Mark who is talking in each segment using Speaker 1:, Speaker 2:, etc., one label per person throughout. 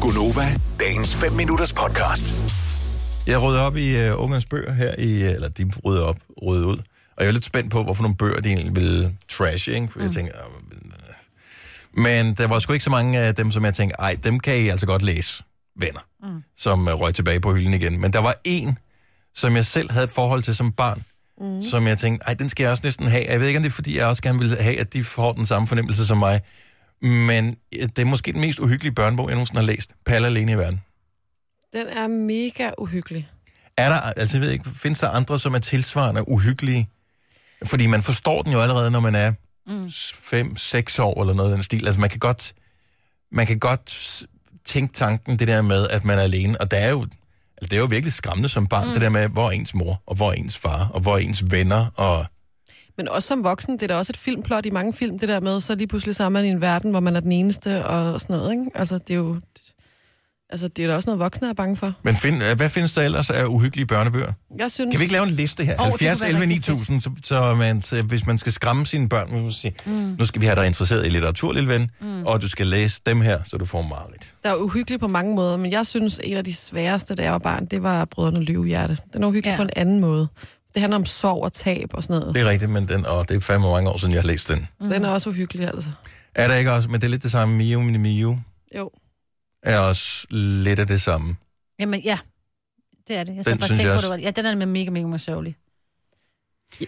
Speaker 1: Gunova, dagens 5 minutters podcast.
Speaker 2: Jeg rydder op i uh, ungernes bøger her, i, eller de rydder op, rydder ud. Og jeg er lidt spændt på, hvorfor nogle bøger de egentlig ville trash, ikke? For mm. jeg tænker... "Ah, men, øh." Men der var sgu ikke så mange af dem, som jeg tænkte, ej, dem kan I altså godt læse, venner, mm. som uh, røg tilbage på hylden igen. Men der var en, som jeg selv havde et forhold til som barn, mm. som jeg tænkte, ej, den skal jeg også næsten have. Jeg ved ikke, om det er, fordi jeg også gerne vil have, at de får den samme fornemmelse som mig. Men øh, det er måske den mest uhyggelige børnebog, jeg nogensinde har læst. Palle alene i verden.
Speaker 3: Den er mega uhyggelig.
Speaker 2: Er der, altså jeg ved ikke, findes der andre, som er tilsvarende uhyggelige? Fordi man forstår den jo allerede, når man er 5-6 år eller noget i den stil. Altså man kan godt, man kan godt s- tænke tanken, det der med, at man er alene. Og der er jo, altså det er jo virkelig skræmmende som barn, mm. det der med, hvor er ens mor, og hvor er ens far, og hvor er ens venner, og
Speaker 3: Men også som voksen, det er da også et filmplot i mange film, det der med, så lige pludselig så er man i en verden, hvor man er den eneste og sådan noget, ikke? Altså, det er jo... Altså, det er da også noget, voksne er bange for.
Speaker 2: men find, hvad findes der ellers af uhyggelige børnebøger?
Speaker 3: Jeg synes...
Speaker 2: Kan vi ikke lave en liste her?
Speaker 4: Åh,
Speaker 2: Oh,
Speaker 4: det
Speaker 2: 70
Speaker 4: kunne være
Speaker 2: 11
Speaker 4: rigtig fedt.
Speaker 2: 9000, så, så, man, så hvis man skal skræmme sine børn, må man sige, mm. nu skal vi have dig interesseret i litteratur, lille ven, mm. og du skal læse dem her, så du får meget lidt.
Speaker 3: Der er uhyggeligt på mange måder, men jeg synes, en af de sværeste, da jeg var barn, det var Brødrene Løvehjerte. Den er uhyggelig ja.
Speaker 4: Ja.
Speaker 3: på en anden måde. Det handler om sorg og tab og sådan noget.
Speaker 2: Det er rigtigt, men den, og det er fandme mange år siden, jeg har læst den.
Speaker 3: Mm. Den er
Speaker 4: Mhm.
Speaker 3: også uhyggelig, altså.
Speaker 2: Er der ikke også, men det er lidt det samme, Miu Mini Miu
Speaker 3: Jo.
Speaker 2: er også lidt af det samme.
Speaker 4: Jamen, ja. Det er det. Jeg skal
Speaker 2: Den
Speaker 4: faktisk
Speaker 2: synes
Speaker 4: tænke
Speaker 2: jeg
Speaker 4: på,
Speaker 2: også.
Speaker 4: det var Ja, den er nemlig mega, mega, mega sørgelig.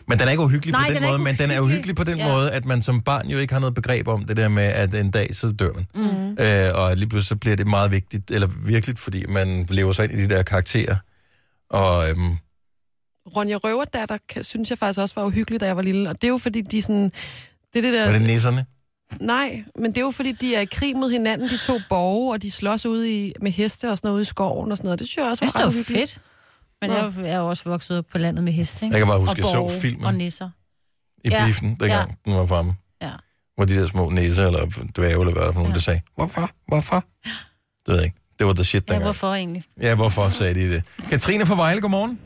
Speaker 2: Men den er ikke uhyggelig
Speaker 4: Nej,
Speaker 2: på den,
Speaker 4: den er
Speaker 2: måde,
Speaker 4: ikke
Speaker 2: men den er
Speaker 4: uhyggelig.
Speaker 2: uhyggelig på den ja.
Speaker 4: Ja.
Speaker 2: måde, at man som barn jo ikke har noget begreb om det der med, at en dag så dør man. Mm. Øh, og lige pludselig så bliver det meget vigtigt, eller virkelig, fordi man lever sig ind i de der karakterer. Og øhm,
Speaker 3: Ronja Røverdatter, kan- synes jeg faktisk også var uhyggelig, da jeg var lille. Og det er jo fordi, de sådan... Det er det der...
Speaker 2: var det nisserne?
Speaker 3: Nej, men det er jo fordi, de er i krig mod hinanden, de to borge, og de slås ude i, med heste og sådan noget ude i skoven og sådan noget. Det synes jeg også
Speaker 4: Jeg
Speaker 3: var,
Speaker 4: synes,
Speaker 3: ret
Speaker 4: det var
Speaker 3: uhyggeligt.
Speaker 4: fedt. Men
Speaker 3: Nå.
Speaker 4: jeg er jo- jeg er jo også vokset op på landet med heste, ikke?
Speaker 2: Jeg kan bare huske,
Speaker 4: og
Speaker 2: jeg så
Speaker 4: borge
Speaker 2: filmen.
Speaker 4: Og nisser.
Speaker 2: i ja.
Speaker 4: Ja.
Speaker 2: biffen, dengang ja. den var fremme.
Speaker 4: Ja.
Speaker 2: Hvor de der små næser, eller dværge, eller hvad der for nogen, ja. der sagde, hvorfor, hvorfor? Det ved jeg ikke. Det var the shit
Speaker 4: Ja,
Speaker 2: dengang. Ja, hvorfor,
Speaker 4: hvorfor egentlig?
Speaker 2: ja, hvorfor sagde de det? Katrine fra Vejle, godmorgen.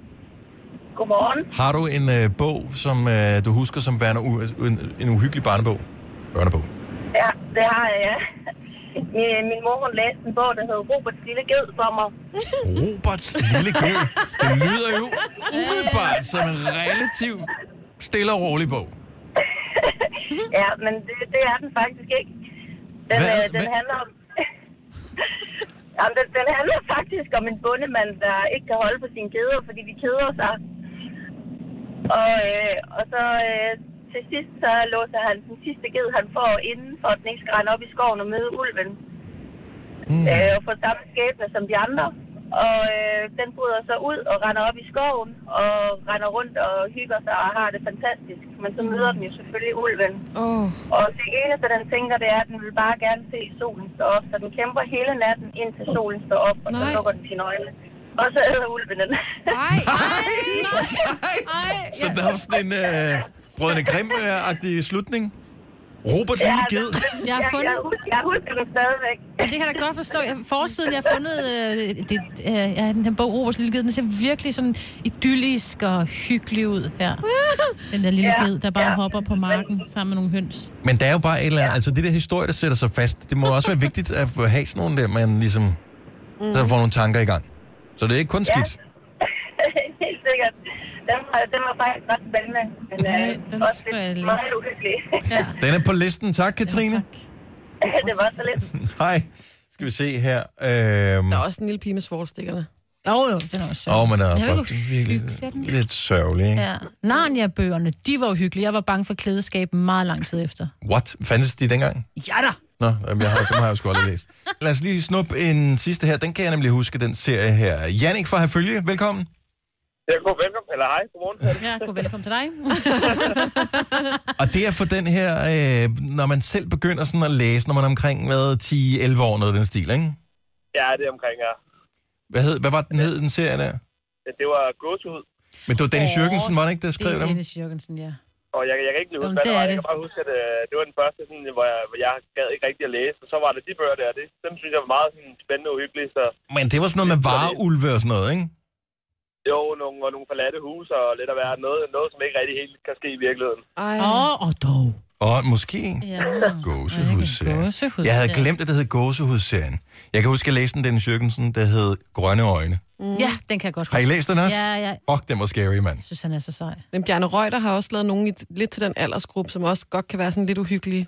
Speaker 5: Godmorgen.
Speaker 2: Har du en øh, bog, som øh, du husker som værende u- øh, en, en uhyggelig barnebog? Børnebog.
Speaker 5: Ja, det har jeg, ja. Min, min mor, hun læste en bog, der hed Roberts Lille Ged Sommer.
Speaker 2: Roberts lille kø. Det lyder jo umiddelbart som en relativt stille og rolig bog.
Speaker 5: Ja, men det, det er den faktisk ikke. Den,
Speaker 2: Hvad?
Speaker 5: øh, den
Speaker 2: Hvad?
Speaker 5: handler om... Jamen, den, den handler faktisk om en bondemand, der ikke kan holde på sine kæder, fordi de keder sig. Og, øh, og så øh, til sidst, så låser han den sidste ged, han får, inden for at den ikke skal rende op i skoven og møde ulven. Mm. Øh, og får samme skæbne som de andre. Og øh, den bryder så ud og render op i skoven, og render rundt og hygger sig og har det fantastisk. Men så møder den jo selvfølgelig ulven.
Speaker 3: Åh, oh,
Speaker 5: Og det eneste, den tænker, det er, at den vil bare gerne se solen stå op. Så den kæmper hele natten, indtil solen står op, og så
Speaker 3: Nej.
Speaker 5: lukker den sine øjne. Og så æder ulven den.
Speaker 3: nej.
Speaker 2: Så der er sådan en øh, brødende grim-agtig slutning. Roberts lille ged.
Speaker 4: Jeg har
Speaker 5: jeg,
Speaker 4: fundet...
Speaker 5: jeg, hus- jeg husker den stadigvæk.
Speaker 4: Men det kan jeg da godt forstå. Jeg, forsiden, jeg har fundet øh, det, øh, ja, den, den bog, Roberts Lille Ged, den ser virkelig sådan idyllisk og hyggelig ud her. Den der lille
Speaker 5: Ja,
Speaker 4: ged, der bare
Speaker 5: ja.
Speaker 4: hopper på marken sammen med nogle høns.
Speaker 2: Men der er jo bare et eller andet, altså det der historie, der sætter sig fast, det må også være vigtigt at få- have sådan nogle der, man ligesom, mm. der får nogle tanker i gang. Så det er ikke kun
Speaker 5: Ja.
Speaker 2: skidt.
Speaker 5: Helt sikkert. Den var, den var faktisk ret spændende. Men
Speaker 4: Nej, den
Speaker 5: øh, også
Speaker 4: skal jeg
Speaker 5: lidt,
Speaker 4: læse.
Speaker 5: meget uhyggelig.
Speaker 4: Ja.
Speaker 2: Den er på listen. Tak, Katrine.
Speaker 5: det var så lidt.
Speaker 2: Hej. Skal vi se her. Øhm,
Speaker 3: Der er også en lille pige med svorstikkerne.
Speaker 4: Jo, jo, den er også
Speaker 2: Åh, oh, men der
Speaker 4: Den
Speaker 2: er
Speaker 4: er jo
Speaker 2: faktisk
Speaker 4: ikke
Speaker 2: virkelig
Speaker 4: uhyggelig, er den?
Speaker 2: lidt sørgelig, ikke?
Speaker 4: Ja. Narnia-bøgerne, de var uhyggelige. Jeg var bange for klædeskab meget lang tid efter.
Speaker 2: What? Fandtes de dengang?
Speaker 4: Ja da!
Speaker 2: Nå, jamen, jeg har, dem har jeg jo sgu aldrig læst. Lad os lige snuppe en sidste her. Den kan jeg nemlig huske, den serie her. Jannik fra Herfølge, velkommen.
Speaker 6: Ja, god velkommen. Eller hej, godmorgen.
Speaker 4: Ja, god velkommen til dig.
Speaker 2: Og det er for den her, øh, når man selv begynder sådan at læse, når man er omkring med 10-11 år, noget af den stil, ikke?
Speaker 6: Ja, det er omkring her.
Speaker 2: Hvad, hed, hvad var den hed, den serie der?
Speaker 6: Ja, det var gåsehud,
Speaker 2: Men det var Dennis
Speaker 4: Åh,
Speaker 2: Jørgensen, var det ikke, der
Speaker 4: Det
Speaker 2: skrev
Speaker 4: er
Speaker 2: dem?
Speaker 4: Dennis Jørgensen, ja.
Speaker 6: og jeg, jeg kan ikke lige huske,
Speaker 4: Jamen, det
Speaker 6: hvad det var.
Speaker 4: er
Speaker 6: Jeg
Speaker 4: det.
Speaker 6: kan bare huske, at øh, det var den første, sådan, hvor, jeg, hvor jeg gad ikke rigtig at læse. Og så var der de bøger der, det, dem synes jeg var meget sådan, spændende og uhyggelige. Så
Speaker 2: Men det var sådan noget med vareulve og sådan noget, ikke?
Speaker 6: jo, nogle, og nogle forladte huse og lidt af hvert. Noget, noget, som ikke rigtig helt kan ske i virkeligheden.
Speaker 3: Ej.
Speaker 4: Åh, oh, og dog.
Speaker 2: Og måske
Speaker 4: Ja.
Speaker 2: gåsehudsserien.
Speaker 4: Gåsehud,
Speaker 2: Jeg havde
Speaker 4: ja.
Speaker 2: glemt, at det hed gåsehudsserien. Jeg kan huske, at jeg læste den, Dennis Jørgensen, der hed Grønne Øjne.
Speaker 4: Ja, den kan jeg godt
Speaker 2: Har I
Speaker 4: huske.
Speaker 2: læst den også?
Speaker 4: Ja, ja.
Speaker 2: Fuck, den var scary, mand.
Speaker 4: Jeg synes, han er så sej.
Speaker 3: Men Bjarne Reuter har også lavet nogen i, lidt til den aldersgruppe, som også godt kan være sådan lidt uhyggelige.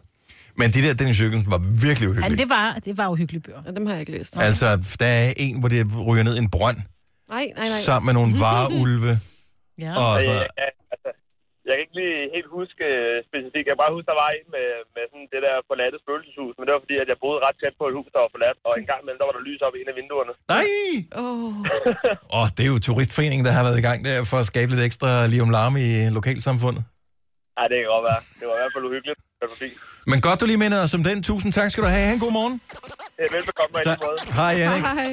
Speaker 2: Men de der Dennis Jørgensen var virkelig
Speaker 4: Ja,
Speaker 2: uhyggelige.
Speaker 4: det var, det var uhyggelige bøger.
Speaker 3: Ja, dem har jeg ikke læst.
Speaker 2: Altså, der er en, hvor det ryger ned i en brønd,
Speaker 3: Nej, nej, nej.
Speaker 2: sammen med nogle vareulve
Speaker 4: Ja.
Speaker 2: og sådan
Speaker 6: Jeg,
Speaker 2: noget.
Speaker 6: jeg, altså, jeg kan ikke lige helt huske øh, specifikt. Jeg kan bare huske, der var en med, med sådan det der forladte spøgelseshus, men det var fordi, at jeg boede ret tæt på et hus, der var forladt, og en gang imellem, der var der lys op i en af vinduerne.
Speaker 2: Nej!
Speaker 3: Oh,
Speaker 2: Åh, det er jo turistforeningen, der har været i gang der for at skabe lidt ekstra liv om larm i lokalsamfundet.
Speaker 6: Nej, det kan godt være. Det var i hvert fald uhyggeligt. Det var fint.
Speaker 2: Men godt, du lige mindede os om den. Tusind tak skal du have. Ha' en god morgen.
Speaker 6: Øh, Velbekomme på en
Speaker 2: Tak.
Speaker 6: anden måde.
Speaker 2: Hej, Jannik.
Speaker 3: hej.